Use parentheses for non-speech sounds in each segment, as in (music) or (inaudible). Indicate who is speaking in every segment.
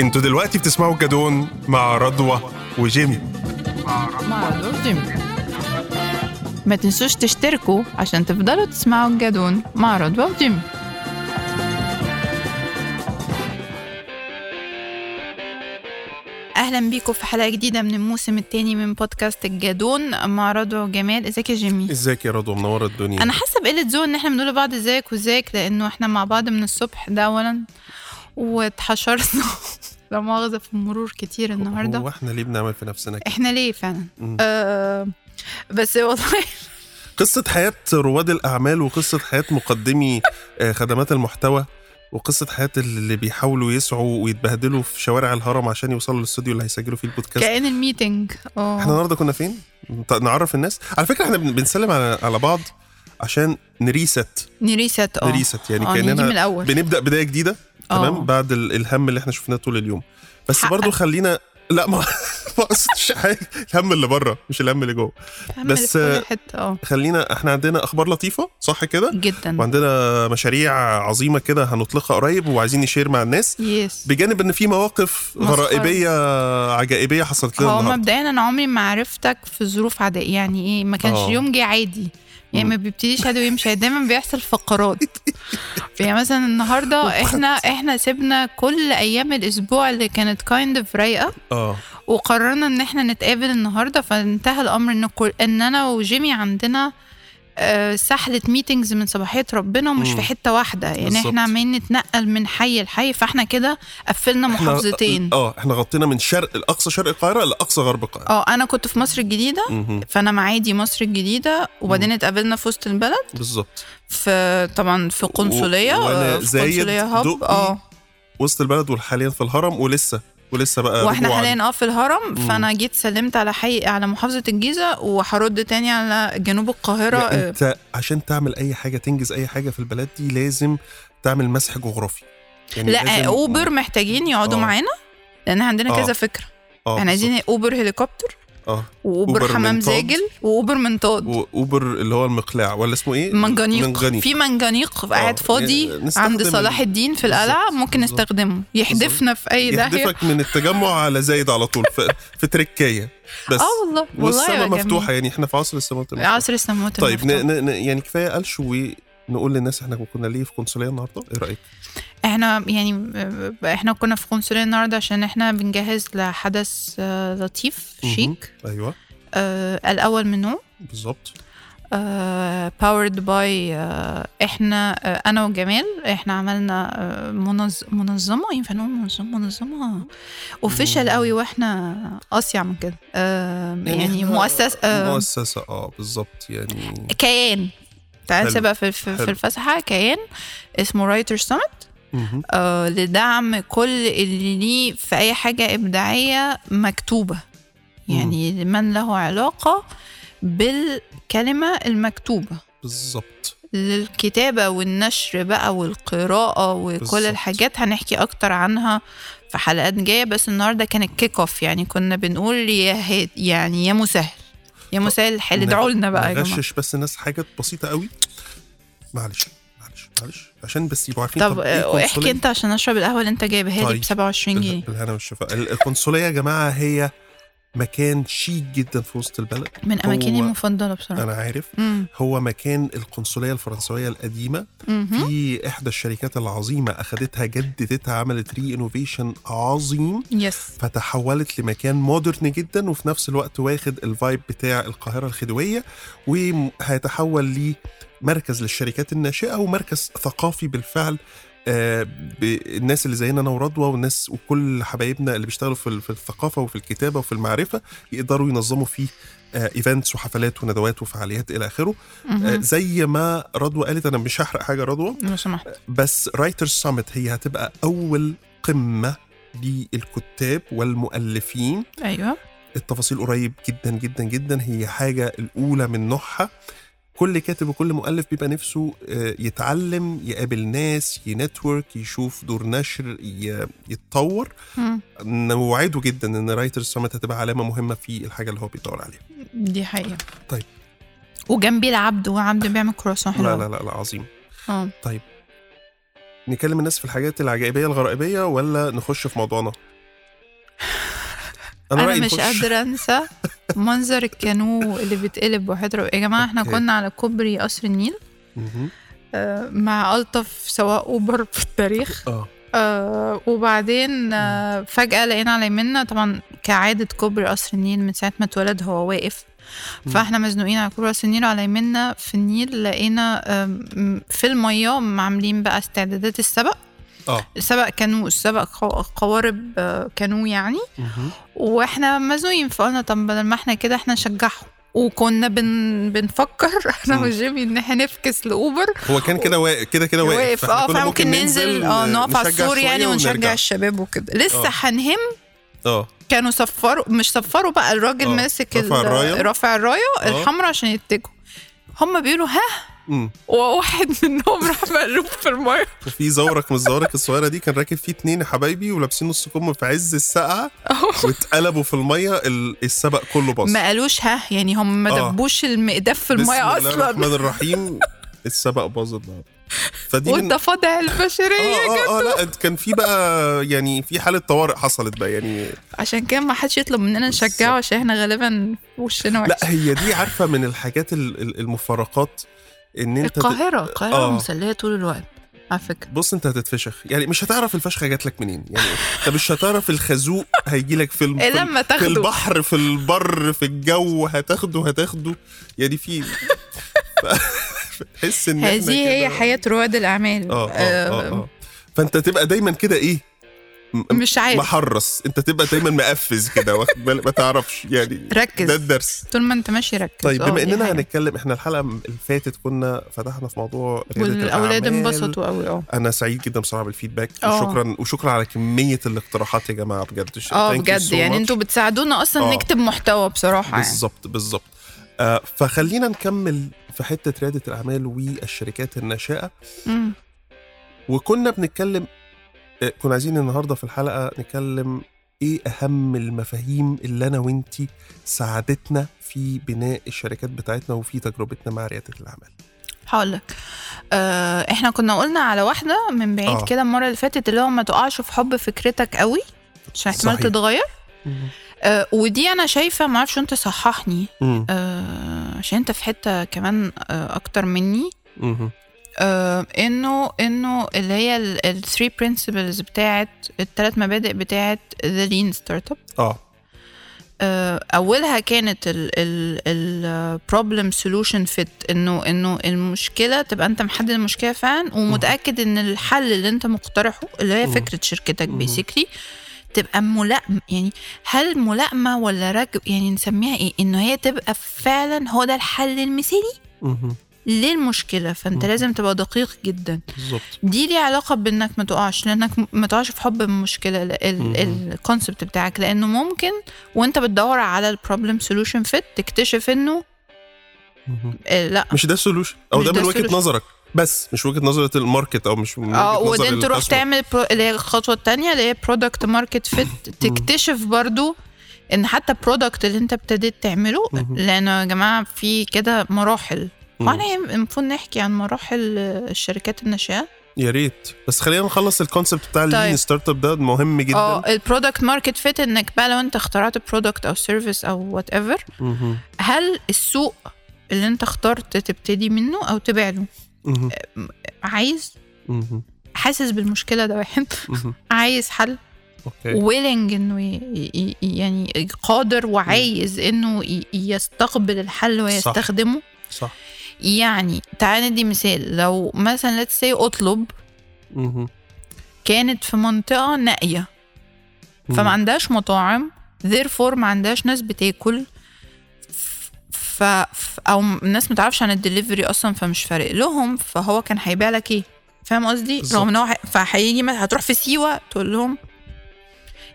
Speaker 1: انتوا دلوقتي بتسمعوا الجدون مع رضوى وجيمي
Speaker 2: مع دور جيمي ما تنسوش تشتركوا عشان تفضلوا تسمعوا الجدون مع رضوى وجيمي اهلا بيكم في حلقه جديده من الموسم الثاني من بودكاست الجدون مع رضوى وجمال ازيك يا جيمي
Speaker 1: ازيك يا رضوى منوره الدنيا
Speaker 2: انا حاسه بقله ذوق ان احنا بنقول لبعض ازيك وازيك لانه احنا مع بعض من الصبح ده اولا (laughs) واتحشرنا لا مؤاخذه في مرور كتير النهارده
Speaker 1: هو احنا ليه بنعمل في نفسنا كده؟
Speaker 2: احنا ليه فعلا
Speaker 1: مم.
Speaker 2: آه بس والله (laughs)
Speaker 1: قصه حياه رواد الاعمال وقصه حياه مقدمي آه، خدمات المحتوى وقصه حياه اللي بيحاولوا يسعوا ويتبهدلوا في شوارع الهرم عشان يوصلوا للاستوديو اللي هيسجلوا فيه البودكاست
Speaker 2: كأن الميتنج
Speaker 1: احنا
Speaker 2: اه
Speaker 1: النهارده كنا فين؟ ط- نعرف الناس على فكره احنا بن- بنسلم على على بعض عشان نريست
Speaker 2: نريست اه
Speaker 1: نريست يعني
Speaker 2: اه نيجي من
Speaker 1: كاننا
Speaker 2: الاول
Speaker 1: بنبدا بدايه جديده تمام
Speaker 2: آه.
Speaker 1: بعد ال- الهم اللي احنا شفناه طول اليوم بس
Speaker 2: حقك.
Speaker 1: برضو خلينا لا ما (laughs) ما قصدتش حاجه الهم اللي بره مش الهم اللي جوه
Speaker 2: هعمل
Speaker 1: بس-
Speaker 2: في كل حته اه
Speaker 1: خلينا احنا عندنا اخبار لطيفه صح كده
Speaker 2: جدا
Speaker 1: وعندنا مشاريع عظيمه كده هنطلقها قريب وعايزين نشير مع الناس
Speaker 2: يس
Speaker 1: بجانب ان في مواقف
Speaker 2: مسخرة.
Speaker 1: غرائبيه عجائبيه حصلت لنا
Speaker 2: هو
Speaker 1: النهارده
Speaker 2: مبدئيا انا عمري ما عرفتك في ظروف عاديه يعني ايه ما كانش
Speaker 1: آه.
Speaker 2: يوم جه عادي يعني
Speaker 1: مم.
Speaker 2: ما بيبتديش عادي ويمشي دايما بيحصل
Speaker 1: (laughs)
Speaker 2: فقرات يعني مثلا النهارده احنا احنا سيبنا كل ايام الاسبوع اللي كانت كايند اوف رايقه
Speaker 1: اه
Speaker 2: وقررنا ان احنا نتقابل النهارده فانتهى الامر ان كل ان انا وجيمي عندنا آه، سحلة ميتنجز من صباحية ربنا ومش
Speaker 1: مم.
Speaker 2: في حتة واحدة يعني
Speaker 1: بالظبط.
Speaker 2: احنا عمالين نتنقل من حي لحي فاحنا كده قفلنا
Speaker 1: احنا-
Speaker 2: محافظتين
Speaker 1: اه احنا غطينا من شرق الاقصى شرق القاهره لاقصى غرب القاهره
Speaker 2: اه انا كنت في مصر الجديدة
Speaker 1: مهم.
Speaker 2: فانا معادي مصر الجديدة وبعدين اتقابلنا في وسط البلد
Speaker 1: بالظبط
Speaker 2: في طبعا في قنصلية
Speaker 1: وأنا
Speaker 2: آه، في
Speaker 1: زايد
Speaker 2: قنصلية هاب
Speaker 1: دقي
Speaker 2: اه
Speaker 1: وسط البلد وحاليا في الهرم ولسه ولسه بقى
Speaker 2: واحنا
Speaker 1: رجوعاً.
Speaker 2: حاليا اه في الهرم
Speaker 1: مم.
Speaker 2: فانا جيت سلمت على حي على محافظة الجيزة وهرد تاني على جنوب القاهرة
Speaker 1: يعني
Speaker 2: آه،
Speaker 1: انت عشان تعمل اي حاجه تنجز اي حاجه في البلد دي لازم تعمل مسح جغرافي يعني
Speaker 2: لا
Speaker 1: لازم-
Speaker 2: اوبر محتاجين يقعدوا
Speaker 1: آه.
Speaker 2: معانا لان عندنا
Speaker 1: آه.
Speaker 2: كذا فكره
Speaker 1: اه
Speaker 2: احنا عايزين اوبر هليكوبتر
Speaker 1: بالظبط. اه أوبر
Speaker 2: واوبر حمام
Speaker 1: منطاد.
Speaker 2: زاجل واوبر منطاد
Speaker 1: واوبر اللي هو المقلاع ولا اسمه ايه؟
Speaker 2: منجنيق.
Speaker 1: منجنيق.
Speaker 2: في منجنيق قاعد
Speaker 1: آه.
Speaker 2: فاضي
Speaker 1: يعني نستخدم
Speaker 2: عند
Speaker 1: ال-
Speaker 2: صلاح الدين في القلعه
Speaker 1: بالظبط.
Speaker 2: ممكن
Speaker 1: بالظبط.
Speaker 2: نستخدمه يحدفنا في اي داهيه
Speaker 1: يحدفك من التجمع على زايد على طول في, في تركية بس
Speaker 2: اه والله والله يا
Speaker 1: والسماء
Speaker 2: جميل.
Speaker 1: مفتوحه يعني احنا في عصر السماء مفتوحه
Speaker 2: عصر السموات
Speaker 1: طيب ن...
Speaker 2: المفتوح.
Speaker 1: ن... ن... يعني كفايه قلش ونقول للناس احنا كنا ليه في قنصليه النهارده ايه رايك؟
Speaker 2: احنا يعني آه، احنا كنا في قنصليه النهارده عشان احنا بنجهز لحدث آه، لطيف
Speaker 1: مهم.
Speaker 2: شيك
Speaker 1: ايوه
Speaker 2: آه، الاول من نوع
Speaker 1: بالظبط
Speaker 2: آه، باورد باي احنا آه، انا وجمال احنا عملنا آه، منظ... منظمه ينفع نقول منظمه منظمه اوفيشال قوي واحنا اصيع من كده آه، يعني
Speaker 1: إحنا
Speaker 2: مؤسسه آه،
Speaker 1: مؤسسه اه بالظبط يعني
Speaker 2: كيان تعال
Speaker 1: حلو.
Speaker 2: سيبها في في,
Speaker 1: حلو.
Speaker 2: في الفسحه كيان اسمه رايتر سمت
Speaker 1: مهم.
Speaker 2: لدعم كل اللي ليه في اي حاجه ابداعيه مكتوبه يعني من له علاقه بالكلمه المكتوبه
Speaker 1: بالظبط
Speaker 2: للكتابة والنشر بقى والقراءة وكل
Speaker 1: بالظبط.
Speaker 2: بالزبط. الحاجات هنحكي أكتر عنها في حلقات جاية بس النهاردة كان الكيك أوف يعني كنا بنقول يا هاد يعني يا مسهل يا مسهل الحل ادعوا لنا بقى يا جماعة
Speaker 1: غشش بس الناس حاجات بسيطه قوي معلش معلش معلش عشان بس يبقوا عارفين
Speaker 2: طب
Speaker 1: إيه
Speaker 2: آه،
Speaker 1: القنصلية؟
Speaker 2: احكي انت عشان اشرب القهوه اللي انت جايبها لي
Speaker 1: طيب.
Speaker 2: ب 27 جنيه
Speaker 1: ال- الهنا والشفاء ال- القنصليه يا جماعه هي مكان شيك جدا في وسط البلد
Speaker 2: من اماكني
Speaker 1: هو-
Speaker 2: المفضله بصراحه
Speaker 1: انا عارف
Speaker 2: امم
Speaker 1: هو مكان القنصليه الفرنسويه القديمه
Speaker 2: امم
Speaker 1: في احدى الشركات العظيمه اخذتها جددتها عملت ري انوفيشن عظيم
Speaker 2: يس
Speaker 1: فتحولت لمكان مودرن جدا وفي نفس الوقت واخد الفايب بتاع القاهره الخديويه وهيتحول لمركز للشركات الناشئه ومركز ثقافي بالفعل آه، بالناس اللي زينا انا ورضوى والناس وكل حبايبنا اللي بيشتغلوا في ال- في الثقافه وفي الكتابه وفي المعرفه يقدروا ينظموا فيه ايفنتس وحفلات وندوات وفعاليات الى اخره آه،
Speaker 2: مهم.
Speaker 1: زي ما رضوى قالت انا مش هحرق حاجه رضوى
Speaker 2: لو سمحت
Speaker 1: بس رايترز سامت هي هتبقى أول قمة للكتاب والمؤلفين
Speaker 2: ايوه
Speaker 1: التفاصيل قريب جدا جدا جدا هي حاجة الأولى من نوعها كل كاتب وكل مؤلف بيبقى نفسه آه، يتعلم يقابل ناس ينتورك يشوف دور نشر ي- يتطور
Speaker 2: مم.
Speaker 1: نوعده جدا ان رايترز سامت هتبقى علامه مهمه في الحاجه اللي هو بيدور عليها
Speaker 2: دي حقيقه
Speaker 1: طيب.
Speaker 2: وجنبي العبد وعبد بيعمل كرواسون حلو آه.
Speaker 1: لا لا لا, لا عظيم
Speaker 2: اه
Speaker 1: طيب نكلم الناس في الحاجات العجائبيه الغرائبيه ولا نخش في موضوعنا
Speaker 2: انا,
Speaker 1: رأيي
Speaker 2: مش
Speaker 1: نخش.
Speaker 2: قادره انسى منظر الكانو اللي بيتقلب وحضره يا جماعه احنا
Speaker 1: أوكي.
Speaker 2: كنا على كوبري قصر النيل
Speaker 1: مهم.
Speaker 2: آه، مع الطف سواق اوبر في التاريخ
Speaker 1: اه
Speaker 2: آه وبعدين آه فجأة لقينا على يميننا طبعا كعادة كوبري قصر النيل من ساعة ما اتولد هو واقف
Speaker 1: مم.
Speaker 2: فاحنا مزنوقين على كوبري قصر النيل وعلى يميننا في النيل لقينا آم، في المياه عاملين بقى استعدادات السبق آه.
Speaker 1: اه
Speaker 2: سبق كانو سبق قو- قوارب آه، كانو يعني
Speaker 1: مهم.
Speaker 2: واحنا مزنوقين فقلنا طب بدل ما احنا كده احنا نشجعهم وكنا بن... بنفكر (laughs) انا
Speaker 1: مم.
Speaker 2: وجيمي ان احنا نفكس لاوبر
Speaker 1: هو كان كده واقف كده كده واقف
Speaker 2: واقف
Speaker 1: فإحنا
Speaker 2: اه
Speaker 1: كنا آه،
Speaker 2: فممكن ننزل اه نقف على
Speaker 1: نشجع
Speaker 2: السور
Speaker 1: شوية
Speaker 2: يعني ونشجع
Speaker 1: ونرجع.
Speaker 2: الشباب وكده لسه
Speaker 1: آه.
Speaker 2: هنهم
Speaker 1: اه
Speaker 2: كانوا صفروا مش صفروا بقى الراجل
Speaker 1: آه.
Speaker 2: ماسك
Speaker 1: رافع
Speaker 2: ال-
Speaker 1: الراية.
Speaker 2: رافع الرايه
Speaker 1: آه.
Speaker 2: الحمراء عشان يتجهوا هم بيقولوا ها
Speaker 1: مم.
Speaker 2: وواحد (laughs) منهم راح مقلوب في الميه
Speaker 1: وفي زورك من الزورك الصغيره دي كان راكب فيه اتنين يا حبايبي ولابسين نص كم في عز
Speaker 2: (laughs)
Speaker 1: السقعه واتقلبوا في الميه ال- السبق كله باظ
Speaker 2: ما قالوش ها يعني هم ما
Speaker 1: آه.
Speaker 2: دبوش المقداف في الميه
Speaker 1: بسم الله
Speaker 2: اصلا
Speaker 1: الرحمن الرحيم السبق باظ النهارده فدي من-
Speaker 2: والتفاضع البشريه
Speaker 1: اه
Speaker 2: جدا
Speaker 1: اه اه لا كان في بقى يعني في حاله طوارئ حصلت بقى يعني
Speaker 2: عشان كده ما حدش يطلب مننا نشجعه عشان احنا غالبا وشنا وحش
Speaker 1: لا هي دي عارفه من الحاجات ال- ال- المفارقات ان انت ت-
Speaker 2: القاهره القاهره
Speaker 1: آه.
Speaker 2: مسليه طول الوقت على فكره
Speaker 1: بص انت هتتفشخ يعني مش هتعرف الفشخه جات لك منين يعني انت مش هتعرف الخازوق هيجي لك في, الم...
Speaker 2: إيه
Speaker 1: في, ال-
Speaker 2: لما
Speaker 1: في
Speaker 2: تاخده
Speaker 1: البحر في البر في الجو هتاخده هتاخده يعني في ف- تحس ان احنا
Speaker 2: هذه هي
Speaker 1: كده-
Speaker 2: حياة رواد الأعمال
Speaker 1: اه اه اه, آه. فانت تبقى دايما كده ايه م-
Speaker 2: مش عارف
Speaker 1: محرص انت تبقى دايما مقفز كده واخد بالك ما تعرفش يعني
Speaker 2: ركز.
Speaker 1: ده الدرس
Speaker 2: طول ما أنت ماشي ركز
Speaker 1: طيب
Speaker 2: آه،
Speaker 1: بما
Speaker 2: دي
Speaker 1: اننا
Speaker 2: حاجة.
Speaker 1: هنتكلم احنا الحلقه اللي فاتت كنا فتحنا في موضوع رياده
Speaker 2: والأولاد
Speaker 1: الأعمال.
Speaker 2: انبسطوا قوي اه
Speaker 1: انا سعيد جدا بصراحه بالفيدباك
Speaker 2: آه.
Speaker 1: وشكرا وشكرا على كميه الاقتراحات يا جماعه بجد
Speaker 2: اه
Speaker 1: Thank you
Speaker 2: بجد
Speaker 1: so
Speaker 2: يعني
Speaker 1: much.
Speaker 2: انتوا بتساعدونا
Speaker 1: آه.
Speaker 2: اصلا نكتب محتوى بصراحه يعني
Speaker 1: بالظبط بالظبط آه فخلينا نكمل في حته رياده الاعمال والشركات الناشئه
Speaker 2: مم.
Speaker 1: وكنا بنتكلم آه، كنا عايزين النهارده في الحلقه نتكلم ايه اهم المفاهيم اللي انا وانتي ساعدتنا في بناء الشركات بتاعتنا وفي تجربتنا مع رياده الاعمال
Speaker 2: هقول لك آه احنا كنا قلنا على واحده من بعيد
Speaker 1: آه.
Speaker 2: آه. كده المره اللي فاتت اللي هو ما تقعش في حب فكرتك قوي عشان احتمال
Speaker 1: صحيح.
Speaker 2: تتغير آه ودي انا شايفه ما اعرفش انت صححني
Speaker 1: مم.
Speaker 2: آه عشان انت في حته كمان آه اكتر مني
Speaker 1: مم.
Speaker 2: آه، انه انه اللي هي الثري برنسبلز بتاعت الثلاث مبادئ بتاعت ذا لين ستارت اب
Speaker 1: اه
Speaker 2: اولها آه، كانت البروبلم سولوشن فيت انه انه المشكله تبقى انت محدد المشكله فعلا ومتاكد ان الحل اللي انت مقترحه اللي هي
Speaker 1: مم.
Speaker 2: فكره شركتك
Speaker 1: مم.
Speaker 2: بيسكلي تبقى ملائم يعني هل ملائمه ولا رجب يعني نسميها ايه انه هي تبقى فعلا هو ده الحل المثالي
Speaker 1: مم.
Speaker 2: للمشكله فانت
Speaker 1: مم.
Speaker 2: لازم تبقى دقيق جدا
Speaker 1: بالظبط
Speaker 2: دي ليها علاقة بانك ما تقعش لانك م- ما تقعش في حب المشكلة
Speaker 1: مهم.
Speaker 2: الكونسبت بتاعك لانه ممكن وانت بتدور على البروبلم سولوشن فيت تكتشف انه
Speaker 1: مهم.
Speaker 2: آه، لا
Speaker 1: مش ده السولوشن او
Speaker 2: مش
Speaker 1: ده
Speaker 2: ده
Speaker 1: من وجهه
Speaker 2: solution.
Speaker 1: نظرك بس مش وجهه نظره الماركت او مش من
Speaker 2: اه
Speaker 1: وجهة نظر
Speaker 2: وبعدين تروح
Speaker 1: الأسواق.
Speaker 2: تعمل برو... اللي هي الخطوة التانية اللي هي برودكت ماركت فيت تكتشف برضو ان حتى البرودكت اللي انت ابتديت تعمله
Speaker 1: مهم.
Speaker 2: لانه يا جماعة في كده مراحل
Speaker 1: مم.
Speaker 2: وانا المفروض نحكي عن مراحل آه، الشركات الناشئة
Speaker 1: يا ريت بس خلينا نخلص الكونسبت بتاع اللين
Speaker 2: طيب.
Speaker 1: ستارت اب ده مهم جدا
Speaker 2: اه البرودكت ماركت فيت انك بقى لو انت اخترعت برودكت او سيرفيس او وات ايفر
Speaker 1: مهم.
Speaker 2: هل السوق اللي انت اخترت تبتدي منه او تبيع له
Speaker 1: مهم.
Speaker 2: عايز
Speaker 1: مهم.
Speaker 2: حاسس بالمشكله ده واحد
Speaker 1: مهم.
Speaker 2: (laughs)
Speaker 1: إيه.
Speaker 2: عايز حل
Speaker 1: اوكي
Speaker 2: ويلنج انه ي- ي- ي- يعني قادر وعايز انه ي- يستقبل الحل ويستخدمه
Speaker 1: صح
Speaker 2: يعني تعال ندي مثال لو مثلا ليتس سي اطلب
Speaker 1: مهم.
Speaker 2: كانت في منطقه نائيه
Speaker 1: مم.
Speaker 2: فما عندهاش مطاعم therefore ما عندهاش ناس بتاكل ف- ف... ف... او الناس ما تعرفش عن الدليفري اصلا فمش فارق لهم فهو كان هيبيع لك ايه فاهم قصدي
Speaker 1: بالظبط.
Speaker 2: رغم ان هو ح- فهيجي مث- هتروح في سيوه تقول لهم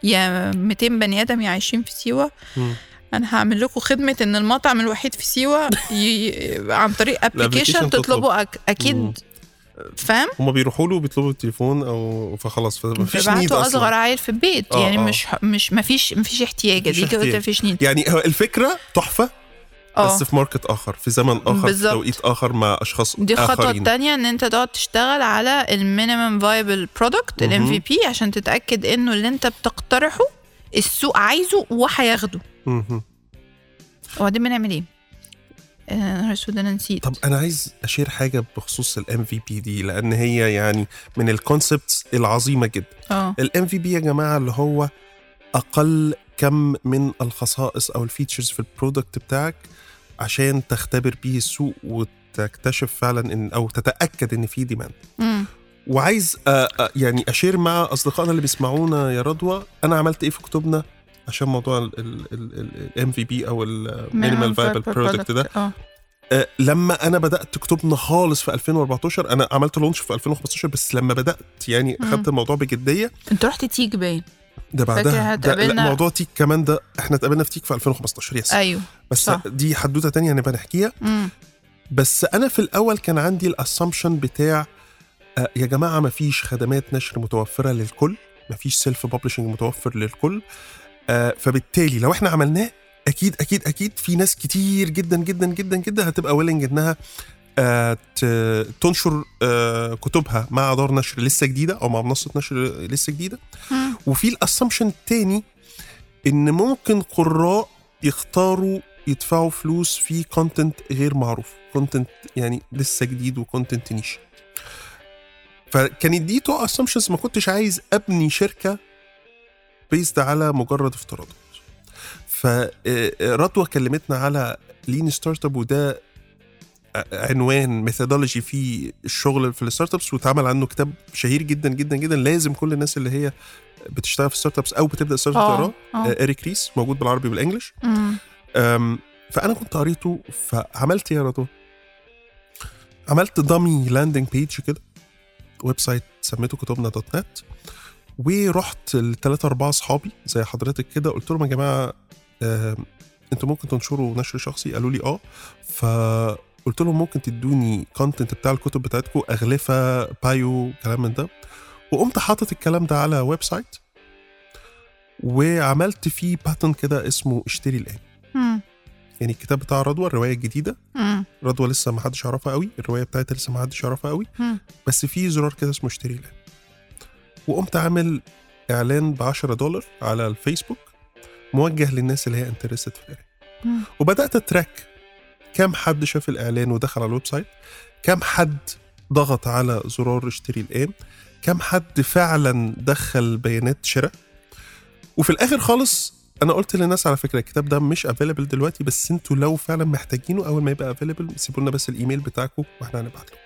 Speaker 2: يا 200 بني ادم يا عايشين في سيوه
Speaker 1: مم.
Speaker 2: انا هعمل لكم خدمه ان المطعم الوحيد في سيوه ي... عن
Speaker 1: (laughs)
Speaker 2: طريق ابلكيشن
Speaker 1: تطلب.
Speaker 2: تطلبوا أك...
Speaker 1: مم.
Speaker 2: اكيد فاهم
Speaker 1: هما بيروحوا له وبيطلبوا التليفون او فخلاص فمفيش نيد
Speaker 2: فبعتوا اصغر
Speaker 1: اصلا
Speaker 2: عيل في البيت
Speaker 1: آه،
Speaker 2: يعني
Speaker 1: آه.
Speaker 2: مش مش مفيش مفيش احتياج
Speaker 1: مفيش
Speaker 2: دي كده
Speaker 1: احتياج.
Speaker 2: مفيش نيد
Speaker 1: يعني هو الفكره تحفه بس في ماركت اخر في زمن اخر في
Speaker 2: آه. بالظبط.
Speaker 1: توقيت اخر مع اشخاص
Speaker 2: دي الخطوه
Speaker 1: آخرين.
Speaker 2: التانية ان انت تقعد تشتغل على المينيمم فايبل برودكت الام في
Speaker 1: مهم.
Speaker 2: بي عشان تتاكد انه اللي انت بتقترحه السوق عايزه وهياخده
Speaker 1: مهم.
Speaker 2: وبعدين بنعمل ايه؟ آه، نهار اسود انا نسيت
Speaker 1: طب انا عايز اشير حاجه بخصوص الام في بي دي لان هي يعني من الكونسبتس العظيمه جدا
Speaker 2: اه
Speaker 1: الام في بي يا جماعه اللي هو اقل كم من الخصائص او الفيتشرز في البرودكت بتاعك عشان تختبر بيه السوق وتكتشف فعلا ان او تتاكد ان في ديماند
Speaker 2: مم.
Speaker 1: وعايز آه، آه، يعني اشير مع اصدقائنا اللي بيسمعونا يا رضوى انا عملت ايه في كتبنا عشان موضوع الام في بي او المينيمال
Speaker 2: Minimum
Speaker 1: فايبل
Speaker 2: viable
Speaker 1: برودكت ده
Speaker 2: product. اه
Speaker 1: آه، لما انا بدات كتبنا خالص في 2014 انا عملت لونش في 2015 بس لما بدات يعني
Speaker 2: مم.
Speaker 1: اخدت الموضوع بجديه
Speaker 2: انت رحت تيك باين
Speaker 1: ده بعدها ده
Speaker 2: هتقابلنا-
Speaker 1: لا موضوع تيك كمان ده احنا اتقابلنا في تيك في 2015 يس
Speaker 2: ايوه
Speaker 1: بس
Speaker 2: صح.
Speaker 1: دي حدوته تانية هنبقى نحكيها
Speaker 2: مم.
Speaker 1: بس انا في الاول كان عندي الاسامبشن بتاع آه، يا جماعه ما فيش خدمات نشر متوفره للكل ما فيش سيلف ببلشنج متوفر للكل آه، فبالتالي لو احنا عملناه اكيد اكيد اكيد في ناس كتير جدا جدا جدا جدا هتبقى ويلنج انها آه، ت- تنشر آه، كتبها مع دار نشر لسه جديده او مع منصه نشر لسه جديده
Speaker 2: مم.
Speaker 1: وفي الاسامبشن التاني ان ممكن قراء يختاروا يدفعوا فلوس في كونتنت غير معروف كونتنت يعني لسه جديد وكونتنت نيش فكانت دي تو اسامبشنز ما كنتش عايز ابني شركه بيزد على مجرد افتراضات فرضوى كلمتنا على لين ستارت اب وده آه، عنوان ميثودولوجي في الشغل في الستارت ابس واتعمل عنه كتاب شهير جدا جدا جدا لازم كل الناس اللي هي بتشتغل في ستارت ابس او بتبدا ستارت اب تقراه
Speaker 2: اه اه
Speaker 1: آه، اريك ريس موجود بالعربي والانجلش
Speaker 2: مم.
Speaker 1: أم، فانا كنت قريته فعملت إيه يا رضوى عملت دامي لاندنج بيج كده ويب سايت سميته كتبنا دوت نت ورحت لثلاثة أربعة أصحابي زي حضرتك كده قلت لهم يا جماعة أم، انتوا ممكن تنشروا نشر شخصي قالوا لي اه فقلت لهم ممكن تدوني كونتنت بتاع الكتب بتاعتكم أغلفة بايو كلام من ده وقمت حاطط الكلام ده على ويب سايت وعملت فيه باتن كده اسمه اشتري الآن
Speaker 2: مم.
Speaker 1: يعني الكتاب بتاع رضوى الروايه الجديده
Speaker 2: مم.
Speaker 1: رضوى لسه ما حدش يعرفها قوي الروايه بتاعتها لسه ما حدش يعرفها قوي
Speaker 2: مم.
Speaker 1: بس في زرار كده اسمه اشتري الان وقمت عامل اعلان ب 10 دولار على الفيسبوك موجه للناس اللي هي انترستد في القرايه
Speaker 2: مم.
Speaker 1: وبدات اتراك كام حد شاف الاعلان ودخل على الويب سايت كام حد ضغط على زرار اشتري الان كام حد فعلا دخل بيانات شراء وفي الاخر خالص انا قلت للناس على فكره الكتاب ده مش افيلبل دلوقتي بس انتوا لو فعلا محتاجينه اول ما يبقى افيلبل سيبوا لنا بس الايميل بتاعكم واحنا هنبعت لكم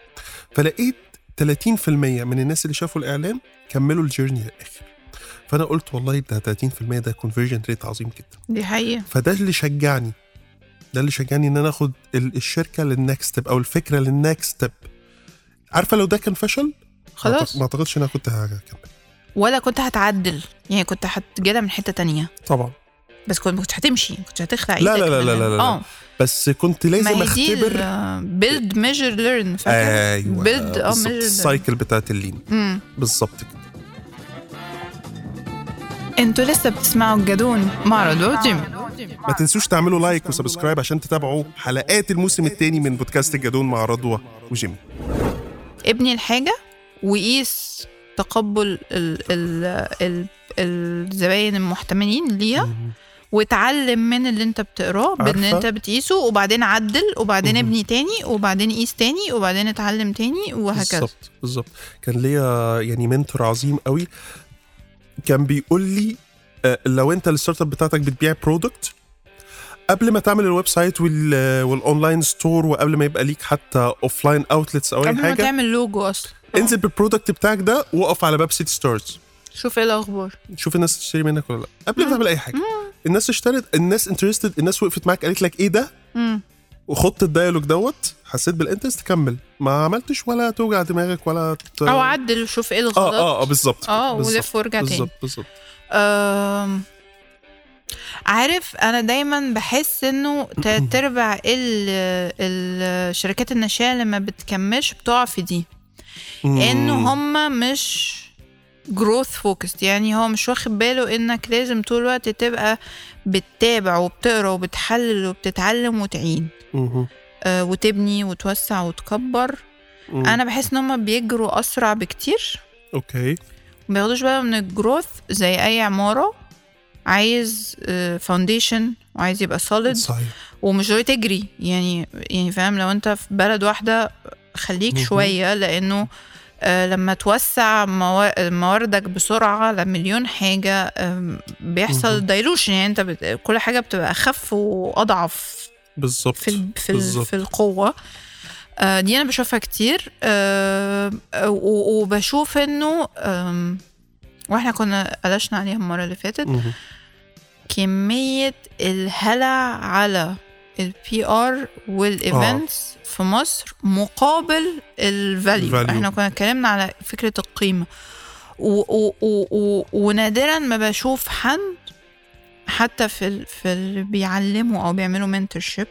Speaker 1: فلقيت 30% من الناس اللي شافوا الاعلان كملوا الجيرني للاخر فانا قلت والله ده 30% ده كونفرجن ريت عظيم جدا
Speaker 2: دي حقيقة
Speaker 1: فده اللي شجعني ده اللي شجعني ان انا اخد ال- الشركه للنكست ستيب او الفكره للنكست ستيب عارفه لو ده كان فشل
Speaker 2: خلاص
Speaker 1: ما اعتقدش ان انا كنت هكمل
Speaker 2: ولا كنت هتعدل يعني كنت هتجيلها من حتة تانية
Speaker 1: طبعا
Speaker 2: بس كنت ما كنتش هتمشي ما كنتش هتخلع
Speaker 1: لا-
Speaker 2: ايدك
Speaker 1: لا- لا-
Speaker 2: من-
Speaker 1: لا- لا- لا.
Speaker 2: اه
Speaker 1: بس كنت لازم
Speaker 2: ما هي دي
Speaker 1: اختبر
Speaker 2: بيلد ميجر ليرن
Speaker 1: ايوه
Speaker 2: بيلد اه
Speaker 1: بالظبط
Speaker 2: ميجر
Speaker 1: السايكل بتاعت اللين بالظبط كده
Speaker 2: انتوا لسه بتسمعوا الجدون مع رضوى وجيمي
Speaker 1: ما تنسوش تعملوا لايك وسبسكرايب عشان تتابعوا حلقات الموسم الثاني من بودكاست الجدون مع رضوى وجيمي
Speaker 2: ابني الحاجة وقيس تقبل ال ال ال الزباين المحتملين ليها واتعلم من اللي انت بتقراه بان
Speaker 1: عارفة.
Speaker 2: انت بتقيسه وبعدين عدل وبعدين
Speaker 1: مهم.
Speaker 2: ابني تاني وبعدين قيس تاني وبعدين اتعلم تاني وهكذا
Speaker 1: بالظبط بالظبط كان ليا يعني منتور عظيم قوي كان بيقول لي آه، لو انت الستارت اب بتاعتك بتبيع برودكت قبل ما تعمل الويب سايت وال- آه، والاونلاين ستور وقبل ما يبقى ليك حتى اوف لاين اوتلتس او اي
Speaker 2: قبل ما
Speaker 1: حاجه
Speaker 2: تعمل لوجو اصلا
Speaker 1: انزل بالبرودكت بتاعك ده وقف على باب سيتي ستارز
Speaker 2: شوف ايه الاخبار
Speaker 1: شوف الناس تشتري منك ولا لا قبل ما تعمل اي حاجه الناس اشترت الناس انترستد الناس وقفت معاك قالت لك ايه ده
Speaker 2: مم.
Speaker 1: وخدت الدايلوج دوت حسيت بالانترست كمل ما عملتش ولا توجع دماغك ولا ت...
Speaker 2: او عدل وشوف ايه
Speaker 1: اه
Speaker 2: الغلط
Speaker 1: اه اه بالظبط
Speaker 2: اه
Speaker 1: بالظبط،
Speaker 2: ولف وارجع تاني
Speaker 1: بالظبط بالظبط
Speaker 2: أم، عارف انا دايما
Speaker 1: (clears throat)
Speaker 2: بحس انه تلات ارباع ال- الشركات الناشئه اللي ما بتكملش بتقع في دي
Speaker 1: مم.
Speaker 2: انه هم مش جروث فوكست يعني هو مش واخد باله انك لازم طول الوقت تبقى بتتابع وبتقرا وبتحلل وبتتعلم وتعين
Speaker 1: مه.
Speaker 2: آه، وتبني وتوسع وتكبر
Speaker 1: مم.
Speaker 2: انا بحس ان هم بيجروا اسرع بكتير
Speaker 1: اوكي
Speaker 2: ما بياخدوش بالهم من الجروث زي اي عماره عايز فاونديشن وعايز يبقى سوليد
Speaker 1: صحيح
Speaker 2: ومش ضروري تجري يعني يعني فاهم لو انت في بلد واحده خليك
Speaker 1: مهم.
Speaker 2: شويه لانه آه، لما توسع موا- مواردك بسرعه لمليون حاجه آم، بيحصل دايلوشن يعني انت بت... كل حاجه بتبقى اخف واضعف
Speaker 1: بالظبط
Speaker 2: في ال... في, ال...
Speaker 1: بالظبط.
Speaker 2: في القوه آه، دي انا بشوفها كتير آه، و- وبشوف انه آم، واحنا كنا قلشنا عليها المره اللي فاتت
Speaker 1: مه.
Speaker 2: كمية الهلع على البي ار والايفنتس في مصر مقابل الفاليو
Speaker 1: الvalue.
Speaker 2: احنا كنا اتكلمنا على فكرة القيمة و و و و ونادرا ما بشوف حد حتى في ال في اللي بيعلموا او بيعملوا منتورشيب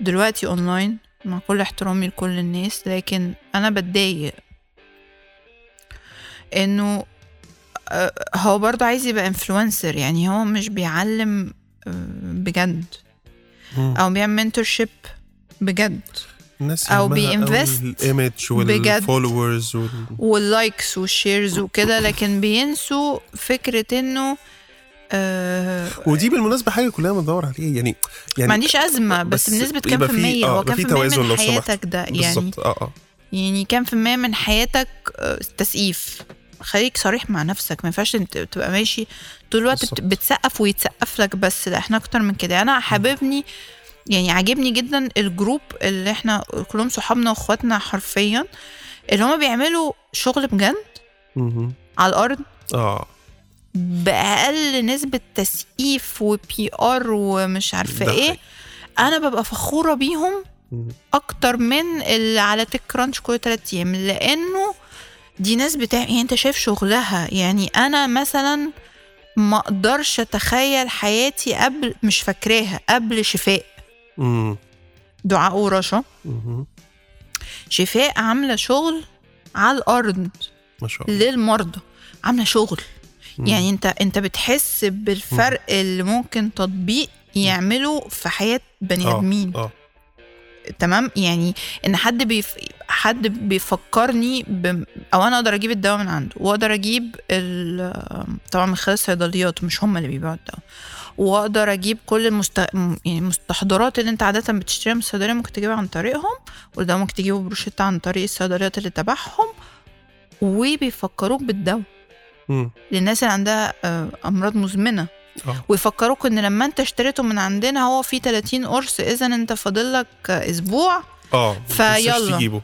Speaker 2: دلوقتي اونلاين مع كل احترامي لكل الناس لكن انا بتضايق انه آه، هو برضه عايز يبقى انفلونسر يعني هو مش بيعلم آه، بجد
Speaker 1: مم.
Speaker 2: او بيعمل منتورشيب بجد
Speaker 1: الناس
Speaker 2: أو بيinvest
Speaker 1: الايمج
Speaker 2: بجد.
Speaker 1: والفولورز وال...
Speaker 2: واللايكس والشيرز وكده لكن بينسوا فكره انه آه
Speaker 1: ودي بالمناسبه حاجه كلنا بندور عليها يعني يعني
Speaker 2: ما عنديش ازمه بس,
Speaker 1: بس
Speaker 2: بنسبه كام
Speaker 1: يبقى
Speaker 2: في
Speaker 1: في-
Speaker 2: الميه
Speaker 1: آه،
Speaker 2: هو
Speaker 1: يبقى
Speaker 2: كام
Speaker 1: في
Speaker 2: في الميه
Speaker 1: توازن لو
Speaker 2: من
Speaker 1: سمحت.
Speaker 2: حياتك ده يعني
Speaker 1: بالظبط اه اه
Speaker 2: يعني كام في الميه من حياتك آه، تسقيف خليك صريح مع نفسك ما ينفعش انت تبقى ماشي طول الوقت
Speaker 1: بالظبط.
Speaker 2: بت- بتسقف ويتسقف لك بس لا احنا اكتر من كده انا حاببني يعني عاجبني جدا الجروب اللي احنا كلهم صحابنا واخواتنا حرفيا اللي هما بيعملوا شغل بجد
Speaker 1: مه.
Speaker 2: على الارض
Speaker 1: اه
Speaker 2: باقل نسبه تسقيف وبي ار ومش عارفه
Speaker 1: ده
Speaker 2: ايه
Speaker 1: حقيقي.
Speaker 2: انا ببقى فخوره بيهم
Speaker 1: مم.
Speaker 2: اكتر من اللي على تيك كرانش كل 3 ايام لانه دي ناس بتاع يعني انت شايف شغلها يعني انا مثلا ما اقدرش اتخيل حياتي قبل مش فاكراها قبل شفاء
Speaker 1: مم.
Speaker 2: دعاء ورشا
Speaker 1: مه.
Speaker 2: شفاء عامله شغل على الارض
Speaker 1: ما شاء الله
Speaker 2: للمرضى عامله شغل
Speaker 1: مم.
Speaker 2: يعني انت انت بتحس بالفرق اللي ممكن تطبيق يعمله في حياه بني
Speaker 1: آه،
Speaker 2: ادمين
Speaker 1: اه
Speaker 2: تمام يعني ان حد بيف... حد بيفكرني ب... او انا اقدر اجيب الدواء من عنده واقدر اجيب ال... طبعا من خلال الصيدليات مش هم اللي بيبيعوا الدواء واقدر اجيب كل المست... يعني المستحضرات اللي انت عاده بتشتريها من الصيدليه ممكن تجيبها عن طريقهم والدواء ممكن تجيبه بروشته عن طريق الصيدليات اللي تبعهم وبيفكروك بالدواء
Speaker 1: مم.
Speaker 2: للناس اللي عندها آه، امراض مزمنه
Speaker 1: اه
Speaker 2: ويفكروك ان لما انت اشتريته من عندنا هو فيه 30 قرص اذا انت فاضلك آه، اسبوع
Speaker 1: اه ما تنساش
Speaker 2: فيلا.
Speaker 1: تجيبه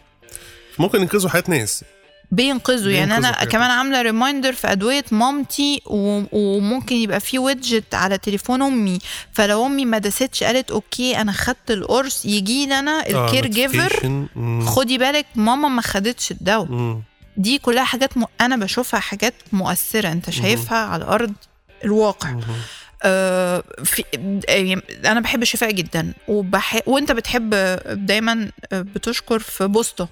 Speaker 1: ممكن ينقذوا حياه ناس
Speaker 2: بينقذوا يعني
Speaker 1: بينقذوا
Speaker 2: انا
Speaker 1: حياة
Speaker 2: كمان
Speaker 1: ناس.
Speaker 2: عامله ريمايندر في ادويه مامتي و- وممكن يبقى في ويدجت على تليفون امي فلو امي ما داستش قالت اوكي انا خدت القرص يجي لي انا
Speaker 1: آه،
Speaker 2: الكير جيفر
Speaker 1: notification. مم.
Speaker 2: خدي بالك ماما ما خدتش الدواء
Speaker 1: مم.
Speaker 2: دي كلها حاجات م... انا بشوفها حاجات مؤثره انت شايفها على ارض الواقع
Speaker 1: مم.
Speaker 2: آه، في آه، انا بحب شفاء جدا وبح... وانت بتحب آه، دايما آه، بتشكر في بوسطه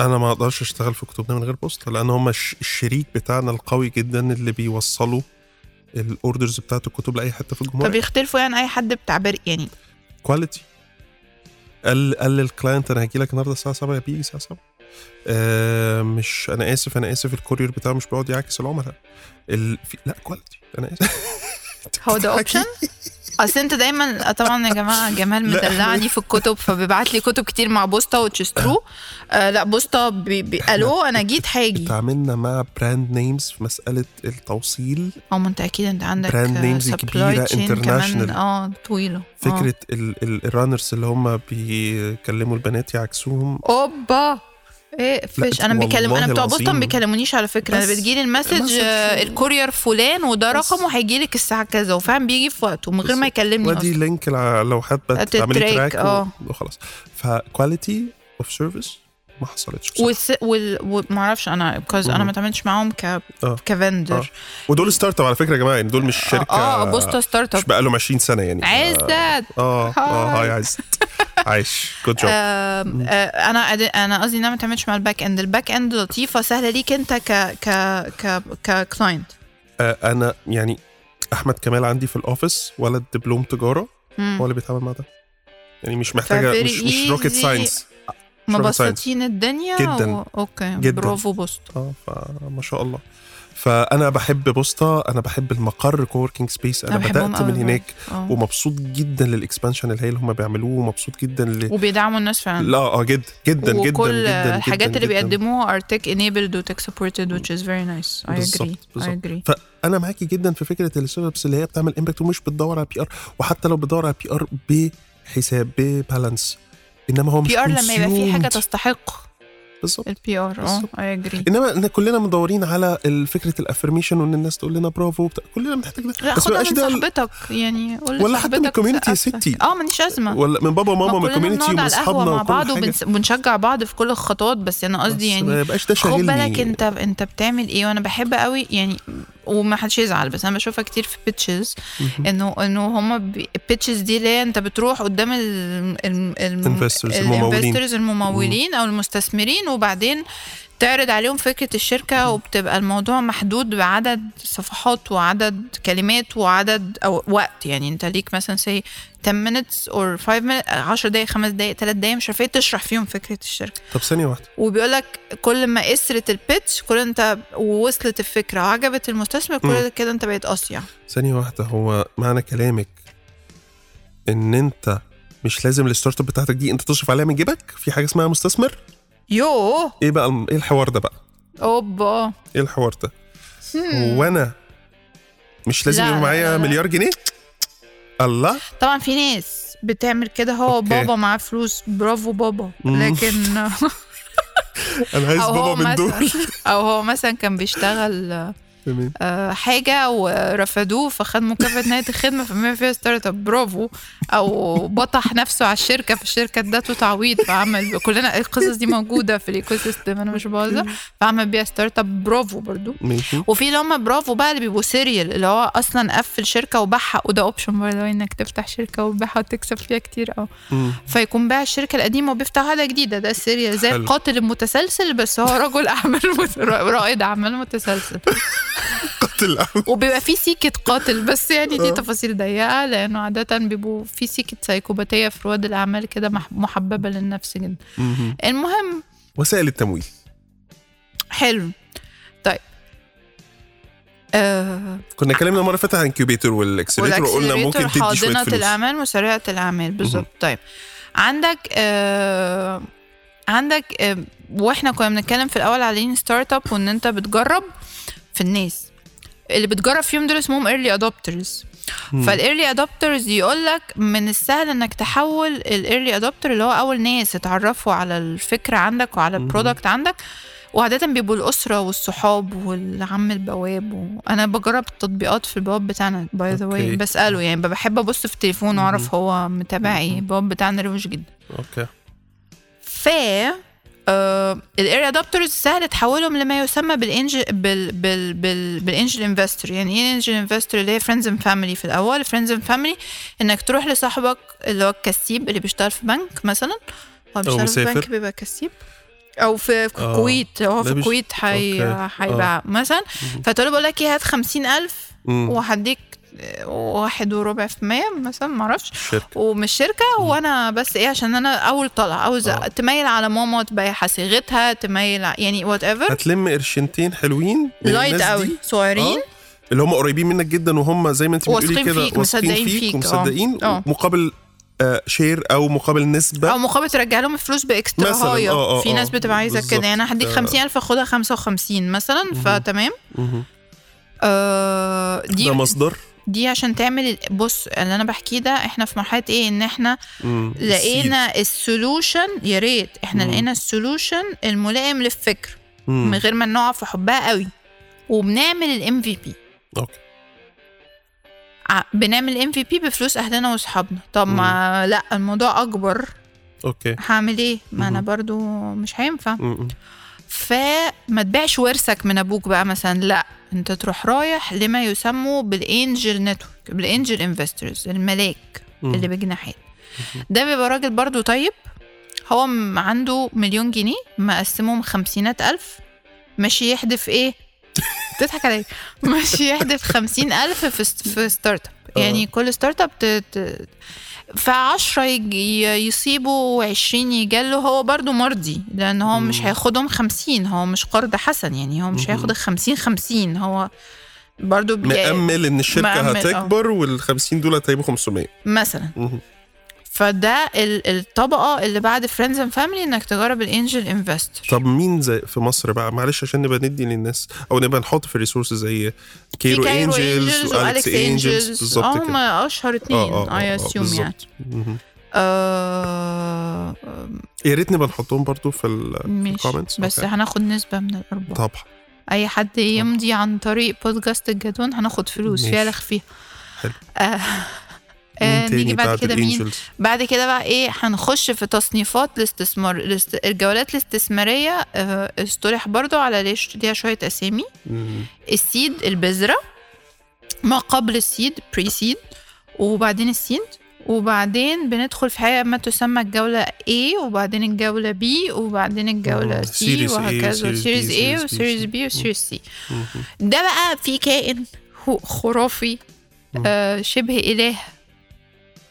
Speaker 1: انا ما اقدرش اشتغل في كتبنا من غير بوسطه لان هم الش- الشريك بتاعنا القوي جدا اللي بيوصلوا الاوردرز بتاعت الكتب لاي حته في الجمهوريه
Speaker 2: فبيختلفوا يعني اي حد بتاع بر... يعني
Speaker 1: كواليتي قال قال للكلاينت انا هجي لك النهارده الساعه 7 يا بيجي الساعه 7 آه مش انا اسف انا اسف الكورير بتاعه مش بيقعد يعاكس العملاء ال... في... لا كواليتي انا
Speaker 2: (laughs)
Speaker 1: اسف
Speaker 2: هو ده اوبشن اصل انت دايما طبعا آه، يا جماعه جمال
Speaker 1: لا، إحنا-
Speaker 2: مدلعني في الكتب فبيبعت لي كتب كتير مع بوسطه وتشسترو آه لا بوسطه بي بي الو انا جيت هاجي
Speaker 1: تعاملنا مع براند نيمز في مساله التوصيل
Speaker 2: او ما انت اكيد انت عندك
Speaker 1: Brand names
Speaker 2: supply
Speaker 1: كبيرة
Speaker 2: chain كمان
Speaker 1: international.
Speaker 2: اه طويله آه.
Speaker 1: فكره ال- ال- الرانرز اللي هم بيكلموا البنات يعكسوهم
Speaker 2: اوبا ايه فيش انا
Speaker 1: والله
Speaker 2: بكلم انا بتوع بوسطه ما
Speaker 1: العظيم.
Speaker 2: بيكلمونيش على فكره انا
Speaker 1: بس-
Speaker 2: بتجيلي المسج
Speaker 1: المسج
Speaker 2: آه،
Speaker 1: و-
Speaker 2: الكورير فلان وده
Speaker 1: بس.
Speaker 2: رقمه هيجي لك الساعه كذا وفعلا بيجي في وقته من غير ما
Speaker 1: بالظبط.
Speaker 2: يكلمني
Speaker 1: وادي
Speaker 2: اصلا
Speaker 1: لينك لو حابه
Speaker 2: هتتراك،
Speaker 1: تعملي تراك و-
Speaker 2: آه.
Speaker 1: وخلاص فكواليتي اوف سيرفيس ما حصلتش بصراحة.
Speaker 2: والس... وال... وما اعرفش انا بيكوز انا
Speaker 1: مم.
Speaker 2: ما اتعاملتش معاهم ك
Speaker 1: آه.
Speaker 2: كفندر
Speaker 1: ودول ستارت اب على فكره يا جماعه يعني دول مش شركه
Speaker 2: اه بوستا ستارت
Speaker 1: مش
Speaker 2: اب
Speaker 1: بقالهم 20 سنه يعني
Speaker 2: عزت
Speaker 1: اه اه
Speaker 2: هاي.
Speaker 1: هاي عايز عايش جود جوب
Speaker 2: آم، آه، انا أد- انا قصدي ان انا ما تعملش مع الباك اند الباك اند لطيفه سهله ليك انت ك ك ك ككلاينت
Speaker 1: انا يعني احمد كمال عندي في الاوفيس ولا دبلوم تجاره هو اللي بيتعامل مع ده يعني مش محتاجه
Speaker 2: فvery
Speaker 1: مش مش روكيت
Speaker 2: easy.
Speaker 1: ساينس مش rocket
Speaker 2: مبسطين الدنيا
Speaker 1: جداً.
Speaker 2: و... اوكي
Speaker 1: جداً.
Speaker 2: برافو بوستا
Speaker 1: اه فما شاء الله فانا بحب بوسطه انا بحب المقر كووركينج سبيس انا
Speaker 2: أنا بحبهم
Speaker 1: بدات
Speaker 2: أوي
Speaker 1: من
Speaker 2: برضه.
Speaker 1: هناك
Speaker 2: آه.
Speaker 1: ومبسوط جدا للاكسبانشن الهائل اللي هم بيعملوه ومبسوط جدا ل...
Speaker 2: وبيدعموا الناس فعلا
Speaker 1: لا اه جدا جدا جدا
Speaker 2: نعم. وكل
Speaker 1: جدا
Speaker 2: الحاجات
Speaker 1: جدا،
Speaker 2: اللي
Speaker 1: جداً.
Speaker 2: بيقدموها are tech enabled و tech supported which is very nice I
Speaker 1: بالظبط،
Speaker 2: agree I
Speaker 1: بالظبط.
Speaker 2: agree
Speaker 1: فانا معاكي جدا في فكره الستارت ابس اللي هي بتعمل امباكت ومش بتدور على بي ار وحتى لو بتدور على بي ار بحساب ببالانس انما هو مش
Speaker 2: بي ار لما يبقى في حاجه
Speaker 1: consumed.
Speaker 2: تستحق
Speaker 1: بالظبط
Speaker 2: البي ار اه
Speaker 1: بالظبط.
Speaker 2: I agree
Speaker 1: انما إن كلنا مدورين على فكره الافرميشن وان الناس تقول لنا برافو وبتاع. كلنا بنحتاج ده
Speaker 2: لا
Speaker 1: بس ما
Speaker 2: خدها
Speaker 1: يبقاش
Speaker 2: من
Speaker 1: ده ال-
Speaker 2: صاحبتك يعني
Speaker 1: ولا
Speaker 2: قول
Speaker 1: حتى من
Speaker 2: لصاحبتك
Speaker 1: الكوميونتي يا
Speaker 2: تسقفك.
Speaker 1: ستي.
Speaker 2: اه ماليش ازمه
Speaker 1: ولا من بابا وماما ومن
Speaker 2: كلنا
Speaker 1: الكوميونتي
Speaker 2: بنقعد
Speaker 1: ومن
Speaker 2: على القهوة
Speaker 1: اصحابنا
Speaker 2: مع
Speaker 1: وكل
Speaker 2: بعض
Speaker 1: حاجة.
Speaker 2: وبنس- وبنشجع بعض في كل الخطوات بس انا
Speaker 1: بس
Speaker 2: قصدي
Speaker 1: ما
Speaker 2: يعني
Speaker 1: يبقاش ده
Speaker 2: خد
Speaker 1: شاغلني
Speaker 2: بالك انت انت بتعمل ايه وانا بحب قوي يعني وما حدش يزعل بس انا بشوفها كتير في بيتشز
Speaker 1: مهم.
Speaker 2: انه انه هما البيتشز دي اللي هي انت بتروح قدام ال ال- ال-
Speaker 1: Investors، الممولين.
Speaker 2: investors الممولين او المستثمرين وبعدين تعرض عليهم فكرة الشركة وبتبقى الموضوع محدود بعدد صفحات وعدد كلمات وعدد أو وقت يعني انت ليك مثلا سي 10 minutes or 5 minutes 10 دقايق 5 دقايق 3 دقايق مش عارف ايه تشرح فيهم فكرة الشركة
Speaker 1: طب ثانيه واحده
Speaker 2: وبيقول لك كل ما قسرت البيتش كل انت ووصلت الفكرة وعجبت المستثمر كل كده انت بقيت أصيع
Speaker 1: ثانيه واحده هو معنى كلامك ان انت مش لازم الستارت اب بتاعتك دي انت تصرف عليها من جيبك في حاجه اسمها مستثمر
Speaker 2: يوه
Speaker 1: ايه بقى الم- ايه الحوار ده بقى
Speaker 2: اوبا
Speaker 1: ايه الحوار ده هو انا مش لازم
Speaker 2: لا،
Speaker 1: يبقى
Speaker 2: لا، لا،
Speaker 1: معايا
Speaker 2: لا.
Speaker 1: مليار جنيه الله
Speaker 2: طبعا في ناس بتعمل كده هو
Speaker 1: أوكي.
Speaker 2: بابا معاه فلوس برافو بابا
Speaker 1: مم. (laughs)
Speaker 2: لكن
Speaker 1: انا عايز
Speaker 2: او هو
Speaker 1: بابا من
Speaker 2: مثلا
Speaker 1: دول
Speaker 2: او هو مثلا كان بيشتغل
Speaker 1: تمام
Speaker 2: آه، حاجه ورفضوه فخد مكافاه نهايه الخدمه فما فيها ستارت اب برافو او بطح نفسه على الشركه فالشركه ادته تعويض فعمل كلنا القصص دي موجوده في الايكو سيستم انا مش بهزر فعمل بيها ستارت اب برافو برضو
Speaker 1: ماشي
Speaker 2: وفي اللي هم برافو بقى اللي بيبقوا سيريال اللي هو اصلا قفل شركه وباعها وده اوبشن برضه انك تفتح شركه وتبيعها وتكسب فيها كتير او
Speaker 1: مم.
Speaker 2: فيكون باع الشركه القديمه وبيفتح واحده جديده ده السيريال زي
Speaker 1: حلو.
Speaker 2: القاتل المتسلسل بس هو رجل (laughs) اعمال مت- رائد اعمال متسلسل
Speaker 1: قاتل أوي.
Speaker 2: وبيبقى في سيكه قاتل بس يعني دي
Speaker 1: آه.
Speaker 2: تفاصيل ضيقه لانه عاده بيبقوا في سيكه سايكوباتيه في رواد الاعمال كده مح- محببه للنفس جدا
Speaker 1: مهم.
Speaker 2: المهم
Speaker 1: وسائل التمويل
Speaker 2: حلو طيب آه
Speaker 1: كنا اتكلمنا مره اللي فاتت عن انكيوبيتور والاكسليتور وقلنا ممكن تدي شويه
Speaker 2: حاضنة
Speaker 1: فلوس
Speaker 2: الأعمال وسريعة الأعمال بالظبط طيب عندك آه عندك آه واحنا كنا بنتكلم في الأول على لين ستارت اب وإن أنت بتجرب في الناس اللي بتجرب فيهم دول اسمهم ايرلي ادابترز فالايرلي ادابترز يقول لك من السهل انك تحول الايرلي ادابتر اللي هو اول ناس اتعرفوا على الفكره عندك وعلى
Speaker 1: مم.
Speaker 2: البرودكت عندك وعادة بيبقوا الأسرة والصحاب والعم البواب و... أنا بجرب التطبيقات في البواب بتاعنا باي ذا
Speaker 1: أوكي.
Speaker 2: واي بسأله يعني بحب أبص في التليفون وأعرف هو متابع إيه البواب بتاعنا روش جدا
Speaker 1: اوكي
Speaker 2: ف الايريا ادابترز آه، سهل تحولهم لما يسمى بالانجل بال بال بال بالانجل انفستور يعني ايه الانجل انفستور اللي هي فريندز اند فاميلي في الاول فريندز اند فاميلي انك تروح لصاحبك اللي هو الكسيب اللي بيشتغل في بنك مثلا هو بيشتغل في
Speaker 1: مسافر.
Speaker 2: بنك بيبقى كسيب او في في
Speaker 1: آه.
Speaker 2: الكويت هو
Speaker 1: لا
Speaker 2: في
Speaker 1: بيش-
Speaker 2: الكويت حي...
Speaker 1: أوكي. آه.
Speaker 2: هيبقى مثلا فتقول له بقول لك ايه هات 50000
Speaker 1: مم.
Speaker 2: وهديك آه، واحد وربع في المية مثلا معرفش
Speaker 1: شركة.
Speaker 2: ومش شركة وانا بس ايه عشان انا اول طلع عاوز
Speaker 1: آه.
Speaker 2: تميل على ماما تبيع صيغتها تميل ع- يعني وات ايفر
Speaker 1: هتلم قرشنتين حلوين من
Speaker 2: لايت
Speaker 1: إيه الناس
Speaker 2: قوي
Speaker 1: دي.
Speaker 2: صغيرين
Speaker 1: آه. اللي هم قريبين منك جدا وهم زي ما انت بتقولي
Speaker 2: واثقين
Speaker 1: كده
Speaker 2: فيك، مصدقين فيك، آه.
Speaker 1: ومصدقين
Speaker 2: آه.
Speaker 1: مقابل آه، شير او مقابل نسبه
Speaker 2: او مقابل ترجع لهم الفلوس باكسترا
Speaker 1: آه. مثلاً،
Speaker 2: هاية
Speaker 1: آه، آه،
Speaker 2: في ناس
Speaker 1: آه،
Speaker 2: بتبقى عايزه
Speaker 1: بالظبط.
Speaker 2: كده يعني انا هديك
Speaker 1: آه.
Speaker 2: 50000 اخدها 55 مثلا فتمام
Speaker 1: مهم.
Speaker 2: آه دي
Speaker 1: ده مصدر
Speaker 2: دي عشان تعمل ال- بص اللي انا بحكيه ده احنا في مرحله ايه ان احنا
Speaker 1: مم.
Speaker 2: لقينا السولوشن يا ريت احنا
Speaker 1: مم.
Speaker 2: لقينا السولوشن الملائم للفكر
Speaker 1: مم.
Speaker 2: من غير ما نقع في حبها قوي وبنعمل الام في بي
Speaker 1: اوكي
Speaker 2: بنعمل الام في بي بفلوس اهلنا واصحابنا طب ما لا الموضوع اكبر
Speaker 1: اوكي
Speaker 2: هعمل ايه ما انا
Speaker 1: مهم.
Speaker 2: برضو مش هينفع
Speaker 1: م- م.
Speaker 2: فما تبيعش ورثك من ابوك بقى مثلا لا انت تروح رايح لما يسموا بالانجل نتورك بالانجل انفسترز الملاك
Speaker 1: مم.
Speaker 2: اللي بجناحات ده بيبقى راجل برضو طيب هو م- عنده مليون جنيه مقسمهم خمسينات ألف ماشي
Speaker 1: (laughs)
Speaker 2: يحدف ايه تضحك عليا ماشي يحدف خمسين ألف في ست- في ستارت
Speaker 1: آه.
Speaker 2: اب يعني كل ستارت اب ت- ت- فعشرة يج- ي- يصيبوا وعشرين يجلوا هو برضو مرضي لأن هو مش
Speaker 1: مم.
Speaker 2: هياخدهم خمسين هو مش قرض حسن يعني هو مش
Speaker 1: مهم.
Speaker 2: هياخد الخمسين خمسين هو برضو بي-
Speaker 1: مأمل ان الشركه
Speaker 2: مأمل، آه.
Speaker 1: هتكبر وال 50 دول هيبقوا 500
Speaker 2: مثلا
Speaker 1: مهم.
Speaker 2: فده ال- الطبقه اللي بعد فريندز اند فاميلي انك تجرب الانجل انفستر
Speaker 1: طب مين زي في مصر بقى معلش عشان نبقى ندي للناس او نبقى نحط في الريسورس زي كيرو انجلز واليكس انجلز بالظبط
Speaker 2: اه هم
Speaker 1: كده آه،
Speaker 2: اشهر اتنين اي اسيوم يعني
Speaker 1: بالظبط. مهم.
Speaker 2: آه
Speaker 1: يا ريت نبقى نحطهم برضو في
Speaker 2: مش
Speaker 1: الكومنتس
Speaker 2: بس هناخد نسبه من الارباح
Speaker 1: طبعا
Speaker 2: اي حد يمضي عن طريق بودكاست الجدون هناخد فلوس
Speaker 1: ماشي.
Speaker 2: فيها لخ فيها
Speaker 1: حلو.
Speaker 2: آه آه،
Speaker 1: مين تاني
Speaker 2: نيجي بعد
Speaker 1: بعد
Speaker 2: كده مين
Speaker 1: الانجلز
Speaker 2: بعد كده بقى ايه هنخش في تصنيفات الاستثمار الاست- الجولات الاستثماريه آه، اصطلح برضو على ليش- ليها شويه اسامي
Speaker 1: مم.
Speaker 2: السيد البذرة ما قبل السيد بري سيد وبعدين السيد وبعدين بندخل في حاجة ما تسمى الجولة A وبعدين الجولة B وبعدين الجولة
Speaker 1: آه،
Speaker 2: C
Speaker 1: Series A،
Speaker 2: وهكذا
Speaker 1: Series B،
Speaker 2: سيريز
Speaker 1: Series B،
Speaker 2: A وسيريز B وسيريز C
Speaker 1: مهم.
Speaker 2: ده بقى في كائن هو- خرافي
Speaker 1: مم.
Speaker 2: آه شبه إله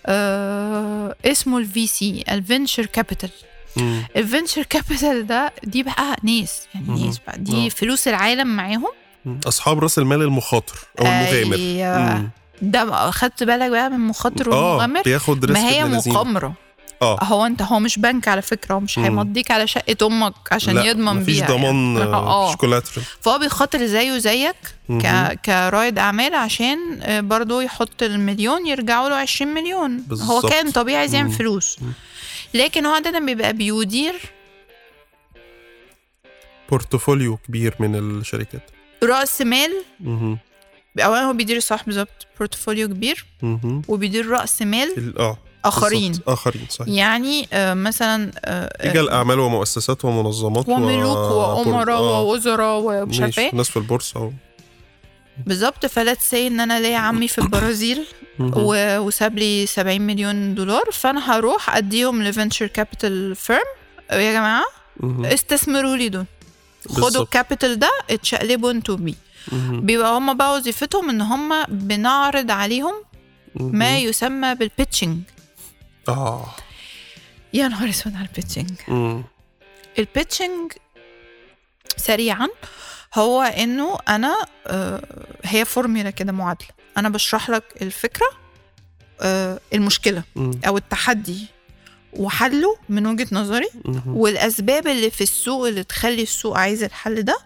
Speaker 2: آه اسمه الفي سي الفينشر كابيتال
Speaker 1: مم.
Speaker 2: الفينشر كابيتال ده دي بقى ناس يعني
Speaker 1: مم.
Speaker 2: ناس بقى
Speaker 1: آه.
Speaker 2: دي فلوس العالم معاهم
Speaker 1: مم. اصحاب راس المال المخاطر او المغامر
Speaker 2: ايوه
Speaker 1: مم.
Speaker 2: ده بقى- خدت بالك بقى من مخاطر
Speaker 1: اه
Speaker 2: ومغامر
Speaker 1: بياخد ريسك
Speaker 2: ما هي
Speaker 1: ابن لذينة.
Speaker 2: مقامره
Speaker 1: اه
Speaker 2: هو انت هو مش بنك على فكره هو مش
Speaker 1: مم.
Speaker 2: هيمضيك على شقه امك عشان
Speaker 1: لا،
Speaker 2: يضمن
Speaker 1: مفيش
Speaker 2: بيها
Speaker 1: ضمان
Speaker 2: يعني.
Speaker 1: آه،
Speaker 2: اه
Speaker 1: مفيش collateral.
Speaker 2: فهو بيخاطر زيه زيك ك...
Speaker 1: مهم.
Speaker 2: كرائد اعمال عشان آه، برضه يحط المليون يرجعوا له 20 مليون هو
Speaker 1: بالظبط.
Speaker 2: كان طبيعي زي
Speaker 1: مم.
Speaker 2: فلوس
Speaker 1: مم.
Speaker 2: لكن هو عاده بيبقى بيدير
Speaker 1: بورتفوليو كبير من الشركات
Speaker 2: راس مال
Speaker 1: مهم.
Speaker 2: اولا هو بيدير صح بالظبط بورتفوليو كبير
Speaker 1: مهم.
Speaker 2: وبيدير راس مال
Speaker 1: ال- اه
Speaker 2: اخرين
Speaker 1: بالظبط. اخرين صحيح
Speaker 2: يعني آه، مثلا آه،
Speaker 1: رجال اعمال ومؤسسات ومنظمات و-
Speaker 2: وملوك وامراء
Speaker 1: آه،
Speaker 2: ووزراء ومش
Speaker 1: ماشي.
Speaker 2: عارفه ايه
Speaker 1: ناس في البورصه
Speaker 2: بالظبط فلت سي ان انا ليا عمي في البرازيل
Speaker 1: و...
Speaker 2: و- وساب لي 70 مليون دولار فانا هروح اديهم لفينشر كابيتال فيرم يا جماعه استثمروا لي دول خدوا
Speaker 1: بالظبط.
Speaker 2: الكابيتال ده اتشقلبوا انتوا بيه بيبقى هم بقى وظيفتهم ان هم بنعرض عليهم ما يسمى بالبيتشنج
Speaker 1: اه
Speaker 2: يا نهار اسود على البيتشنج
Speaker 1: مم.
Speaker 2: البيتشنج سريعا هو انه انا آه، هي فورميلا كده معادله انا بشرح لك الفكره آه، المشكله
Speaker 1: مم.
Speaker 2: او التحدي وحله من وجهه نظري
Speaker 1: مم.
Speaker 2: والاسباب اللي في السوق اللي تخلي السوق عايز الحل ده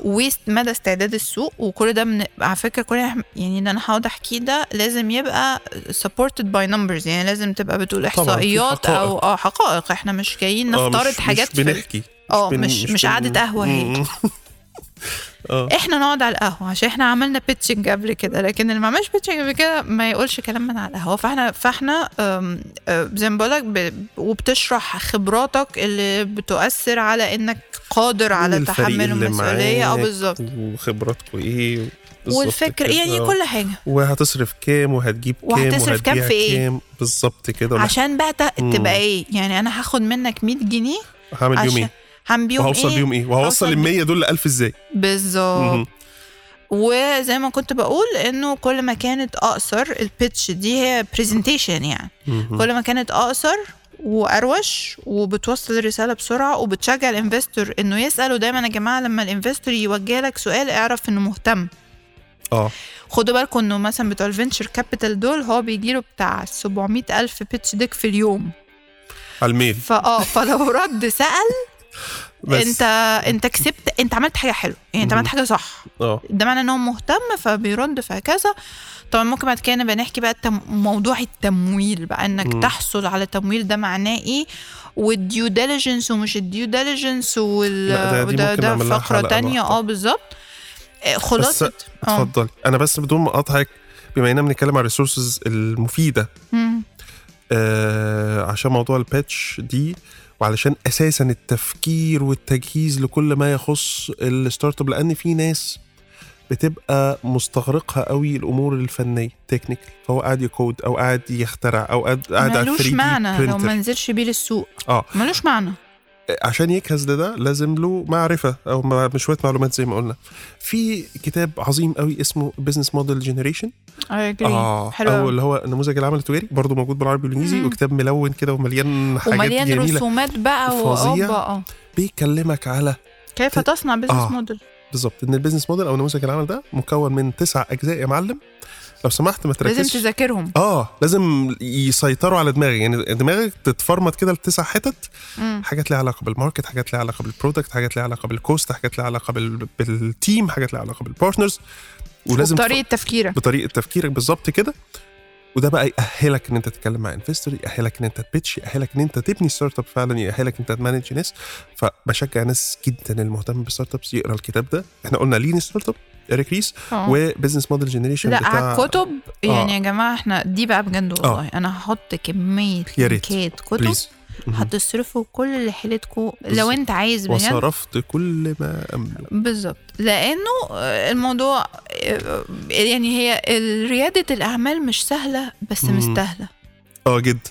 Speaker 2: ومدى استعداد السوق وكل ده من على فكره كل إح- يعني اللي انا هقعد احكيه ده لازم يبقى supported by numbers يعني لازم تبقى بتقول
Speaker 1: طبعاً، في
Speaker 2: احصائيات او
Speaker 1: حقائق.
Speaker 2: اه حقائق احنا مش جايين
Speaker 1: آه،
Speaker 2: نفترض
Speaker 1: مش-
Speaker 2: حاجات
Speaker 1: مش
Speaker 2: في-
Speaker 1: بنحكي
Speaker 2: اه،
Speaker 1: بن-
Speaker 2: مش- مش
Speaker 1: بن-
Speaker 2: قعدة قهوة هي.
Speaker 1: مم. اه
Speaker 2: احنا نقعد على القهوه عشان احنا عملنا بيتشنج قبل كده لكن اللي ما عملش بيتشنج قبل كده ما يقولش كلام من على القهوه فاحنا فاحنا أم، أم، زي ما بقولك ب- وبتشرح خبراتك اللي بتؤثر على انك قادر على
Speaker 1: مين الفريق
Speaker 2: تحمل
Speaker 1: اللي
Speaker 2: المسؤوليه اه
Speaker 1: معاك؟
Speaker 2: بالظبط
Speaker 1: وخبراتكم ايه بالظبط
Speaker 2: والفكر
Speaker 1: كده.
Speaker 2: يعني كل حاجه
Speaker 1: وهتصرف كام وهتجيب كام
Speaker 2: وهتصرف كام
Speaker 1: وهتبيع
Speaker 2: في إيه؟
Speaker 1: كام بالظبط كده ولا
Speaker 2: عشان بقى ت-
Speaker 1: مم.
Speaker 2: تبقى ايه يعني انا هاخد منك 100 جنيه
Speaker 1: هعمل بيهم
Speaker 2: عشان
Speaker 1: ايه
Speaker 2: هنبيهم
Speaker 1: وهوصل
Speaker 2: ايه
Speaker 1: بيهم ايه وهوصل
Speaker 2: هوصل
Speaker 1: ال 100 دول ل 1000 ازاي
Speaker 2: بالظبط
Speaker 1: مهم.
Speaker 2: وزي ما كنت بقول انه كل ما كانت اقصر البيتش دي هي برزنتيشن يعني
Speaker 1: مهم.
Speaker 2: كل ما كانت اقصر واروش وبتوصل الرساله بسرعه وبتشجع الانفستور انه يساله دايما يا جماعه لما الانفستور يوجه لك سؤال اعرف انه مهتم
Speaker 1: اه
Speaker 2: خدوا بالكم انه مثلا بتوع الفينشر كابيتال دول هو بيجيله بتاع 700 الف بيتش ديك في اليوم
Speaker 1: على الميل
Speaker 2: فاه فلو رد سال
Speaker 1: بس
Speaker 2: انت انت كسبت انت عملت حاجه حلوه يعني انت
Speaker 1: مهم.
Speaker 2: عملت حاجه صح
Speaker 1: اه
Speaker 2: ده معنى ان هو مهتم فبيرد فهكذا طبعا ممكن بعد كده نبقى نحكي بقى التم... موضوع التمويل بقى انك
Speaker 1: مم.
Speaker 2: م. تحصل على تمويل ده معناه ايه والديو ديليجنس ومش الديو ديليجنس وال
Speaker 1: لا، ده- دي
Speaker 2: وده
Speaker 1: ممكن
Speaker 2: ده
Speaker 1: نعمل لها
Speaker 2: فقره
Speaker 1: حلقة
Speaker 2: تانية
Speaker 1: لوحدها.
Speaker 2: اه بالظبط آه، خلاصه اه
Speaker 1: اتفضلي انا بس بدون ما اقاطعك بما اننا بنتكلم على الريسورسز المفيده
Speaker 2: مم.
Speaker 1: آه عشان موضوع الباتش دي وعلشان اساسا التفكير والتجهيز لكل ما يخص الستارت اب لان في ناس بتبقى مستغرقها قوي الامور الفنيه تكنيكال فهو قاعد يكود او قاعد يخترع او قاعد قاعد على
Speaker 2: ملوش
Speaker 1: 3D
Speaker 2: معنى لو
Speaker 1: printer.
Speaker 2: ما نزلش بيه للسوق
Speaker 1: آه.
Speaker 2: ملوش معنى
Speaker 1: عشان يجهز لده لازم له معرفه او مع- شويه معلومات زي ما قلنا في كتاب عظيم قوي اسمه بزنس موديل جنريشن
Speaker 2: I agree. حلو
Speaker 1: او
Speaker 2: أوي.
Speaker 1: آه، اللي هو نموذج العمل التجاري برضه موجود بالعربي والانجليزي
Speaker 2: مم.
Speaker 1: وكتاب ملون كده ومليان حاجات
Speaker 2: ومليان
Speaker 1: جميله
Speaker 2: رسومات بقى
Speaker 1: فظيع.
Speaker 2: وأوبا اه
Speaker 1: بيكلمك على
Speaker 2: كيف
Speaker 1: ت-
Speaker 2: تصنع بزنس
Speaker 1: آه.
Speaker 2: موديل
Speaker 1: بالظبط ان البيزنس موديل او نموذج العمل ده مكون من تسع اجزاء يا معلم لو سمحت ما
Speaker 2: لازم
Speaker 1: تركزش
Speaker 2: تذاكرهم
Speaker 1: اه لازم يسيطروا على دماغي يعني دماغك تتفرمط كده لتسع حتت
Speaker 2: مم.
Speaker 1: حاجات ليها علاقه بالماركت حاجات ليها علاقه بالبرودكت حاجات ليها علاقه بالكوست حاجات ليها علاقه بال... بالتيم حاجات ليها علاقه بالبارتنرز ولازم تف-
Speaker 2: وطريقة تفكيرك
Speaker 1: بطريقه تفكيرك بالظبط كده وده بقى يأهلك ان انت تتكلم مع انفستور يأهلك ان انت تبيتش يأهلك ان انت تبني ستارت اب فعلا يأهلك ان انت تمانج ناس فبشجع ناس جدا المهتم بالستارت ابس يقرا الكتاب ده احنا قلنا لين ستارت اب اريك ريس
Speaker 2: آه.
Speaker 1: وبزنس موديل جنريشن
Speaker 2: لا
Speaker 1: بتاع
Speaker 2: على الكتب
Speaker 1: آه.
Speaker 2: يعني يا جماعه احنا دي بقى بجد والله انا هحط كميه
Speaker 1: يا ريت.
Speaker 2: لينكات كتب
Speaker 1: بليز مهم.
Speaker 2: هتصرفوا كل اللي حيلتكم
Speaker 1: بالظبط.
Speaker 2: لو انت عايز بجد
Speaker 1: وصرفت كل ما املك
Speaker 2: بالظبط لانه آه، الموضوع آه، يعني هي ال- رياده الاعمال مش سهله بس
Speaker 1: مم.
Speaker 2: مستاهله
Speaker 1: اه جدا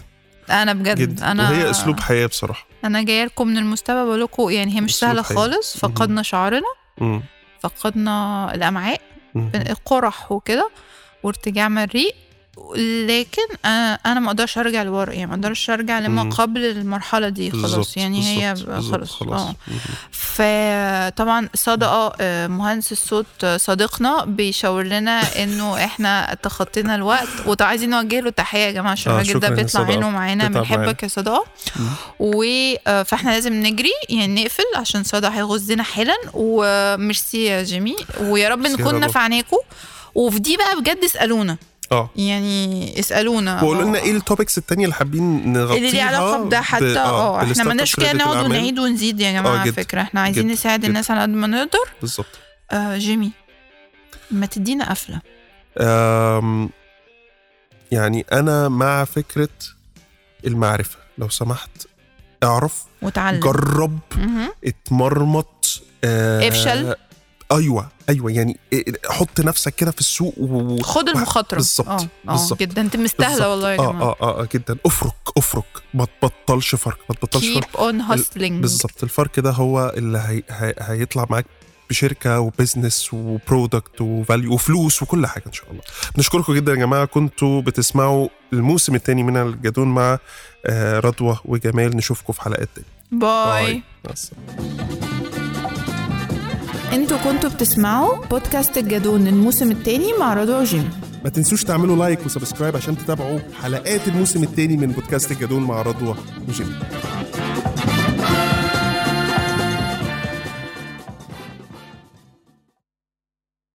Speaker 2: انا بجد
Speaker 1: جدا
Speaker 2: انا
Speaker 1: وهي اسلوب حياه بصراحه
Speaker 2: انا جايه لكم من المستوى بقول لكم يعني هي مش
Speaker 1: أسلوب
Speaker 2: سهله
Speaker 1: حياة.
Speaker 2: خالص
Speaker 1: مم.
Speaker 2: فقدنا شعرنا
Speaker 1: مم.
Speaker 2: فقدنا الامعاء
Speaker 1: مم.
Speaker 2: القرح وكده وارتجاع مريء لكن انا انا ما اقدرش ارجع لورا يعني ما اقدرش ارجع لما
Speaker 1: مم.
Speaker 2: قبل المرحله دي
Speaker 1: بالظبط،
Speaker 2: خلاص يعني هي
Speaker 1: بالظبط،
Speaker 2: بقى
Speaker 1: بالظبط،
Speaker 2: خلاص,
Speaker 1: خلاص
Speaker 2: اه
Speaker 1: مهم.
Speaker 2: فطبعا صدقه آه، مهندس الصوت آه، صديقنا بيشاور لنا انه احنا تخطينا الوقت وعايزين نوجه له تحيه يا جماعه عشان
Speaker 1: آه،
Speaker 2: الراجل ده
Speaker 1: شكراً يا
Speaker 2: بيطلع
Speaker 1: صدقة.
Speaker 2: عينه معانا
Speaker 1: بتتعب
Speaker 2: بنحبك يا صدقه
Speaker 1: مم.
Speaker 2: و آه، فاحنا لازم نجري يعني نقفل عشان صدقه هيغزنا حالا وميرسي يا جيمي ويا رب
Speaker 1: ميرسي يا
Speaker 2: نكون
Speaker 1: رب.
Speaker 2: نفعناكم وفي دي بقى بجد اسالونا
Speaker 1: اه
Speaker 2: يعني اسالونا
Speaker 1: وقولوا لنا ايه التوبكس التانية اللي حابين نغطيها
Speaker 2: اللي ليه علاقه بده
Speaker 1: ب-
Speaker 2: حتى اه احنا
Speaker 1: آه، بالستارت اب
Speaker 2: مالناش كده
Speaker 1: credit
Speaker 2: نقعد
Speaker 1: الأعمال.
Speaker 2: ونعيد ونزيد يا جماعه
Speaker 1: آه،
Speaker 2: على
Speaker 1: جدا،
Speaker 2: فكره احنا عايزين
Speaker 1: جدا،
Speaker 2: نساعد
Speaker 1: جدا.
Speaker 2: الناس على قد ما نقدر
Speaker 1: بالظبط
Speaker 2: آه جيمي ما تدينا قفله
Speaker 1: آم، يعني انا مع فكره المعرفه لو سمحت اعرف
Speaker 2: وتعلم
Speaker 1: جرب
Speaker 2: مهم.
Speaker 1: اتمرمط آه،
Speaker 2: افشل.
Speaker 1: ايوه ايوه يعني إيه- حط نفسك كده في السوق و...
Speaker 2: خد المخاطره
Speaker 1: بالظبط،
Speaker 2: اه اه
Speaker 1: بالظبط،
Speaker 2: جدا انت مستاهله
Speaker 1: بالظبط.
Speaker 2: والله يا
Speaker 1: آه,
Speaker 2: جماعه
Speaker 1: اه اه اه جدا افرك افرك ما تبطلش فرق ما تبطلش فرق
Speaker 2: كيب اون هاستلينج
Speaker 1: بالظبط الفرق ده هو اللي هي... هي... هيطلع معاك بشركه وبزنس وبرودكت وفاليو وفلوس وكل حاجه ان شاء الله بنشكركم جدا يا جماعه كنتوا بتسمعوا الموسم الثاني من الجدون مع آه، رضوى وجمال نشوفكم في حلقات تانية
Speaker 2: باي
Speaker 1: مع السلامة.
Speaker 2: انتوا كنتوا بتسمعوا بودكاست الجدون الموسم الثاني مع رضوى وجيمي
Speaker 1: ما تنسوش تعملوا لايك وسبسكرايب عشان تتابعوا حلقات الموسم الثاني من بودكاست الجدول مع رضوى وجيمي